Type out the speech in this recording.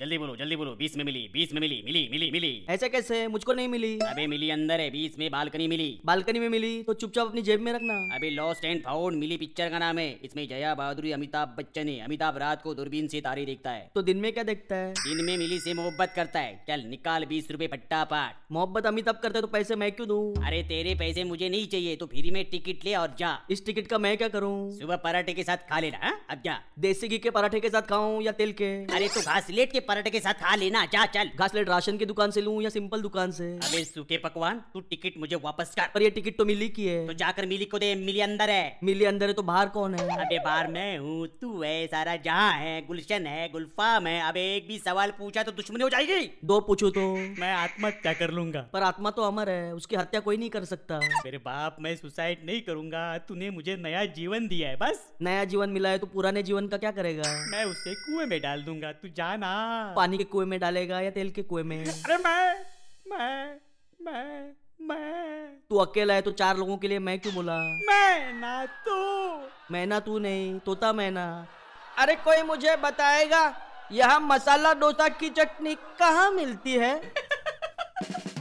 जल्दी बोलो जल्दी बोलो बीस में मिली बीस में मिली मिली मिली मिली ऐसा कैसे मुझको नहीं मिली अबे मिली अंदर है बीस में बालकनी मिली बालकनी में मिली तो चुपचाप अपनी जेब में रखना अभी lost and found Mili picture का नाम है इसमें जया बहादुरी अमिताभ बच्चन है अमिताभ रात को दूरबीन से तारे देखता है तो दिन में क्या देखता है दिन में मिली से मोहब्बत करता है चल निकाल बीस रूपए पट्टा पाट मोहब्बत अमिताभ करता है तो पैसे मैं क्यों दूं अरे तेरे पैसे मुझे नहीं चाहिए तो फ्री में टिकट ले और जा इस टिकट का मैं क्या करूं सुबह पराठे के साथ खा लेना हाँ? अब जा देसी घी के पराठे के साथ खाऊं या तेल के अरे तो घासलेट के पराठे के साथ खा लेना जा चल घासलेट राशन की दुकान से लूं या सिंपल दुकान से अबे सूखे पकवान तू टिकट मुझे वापस कर पर ये टिकट तो मिली की तो है जाकर मिली को दे मिली अंदर है मिली अंदर है तो बाहर कौन है अबे बार मैं हूँ तू है सारा जहाँ है गुलशन है गुलफाम है अबे एक भी सवाल पूछा तो दुश्मनी हो जाएगी दो पूछो तो मैं आत्महत्या कर लूंगा पर आत्मा तो अमर है उसकी हत्या कोई नहीं कर सकता मेरे बाप मैं सुसाइड नहीं करूंगा तूने मुझे नया जीवन दिया है बस नया जीवन मिला है तो पुराने जीवन का क्या करेगा मैं उसे कुएं में डाल दूंगा तू जाना पानी के कुएं में डालेगा या तेल के कुएं में अरे मैं मैं मैं मैं तू अकेला है तो चार लोगों के लिए मैं क्यों बोला मैं ना तो मैना तू नहीं तोता मैना अरे कोई मुझे बताएगा यहाँ मसाला डोसा की चटनी कहाँ मिलती है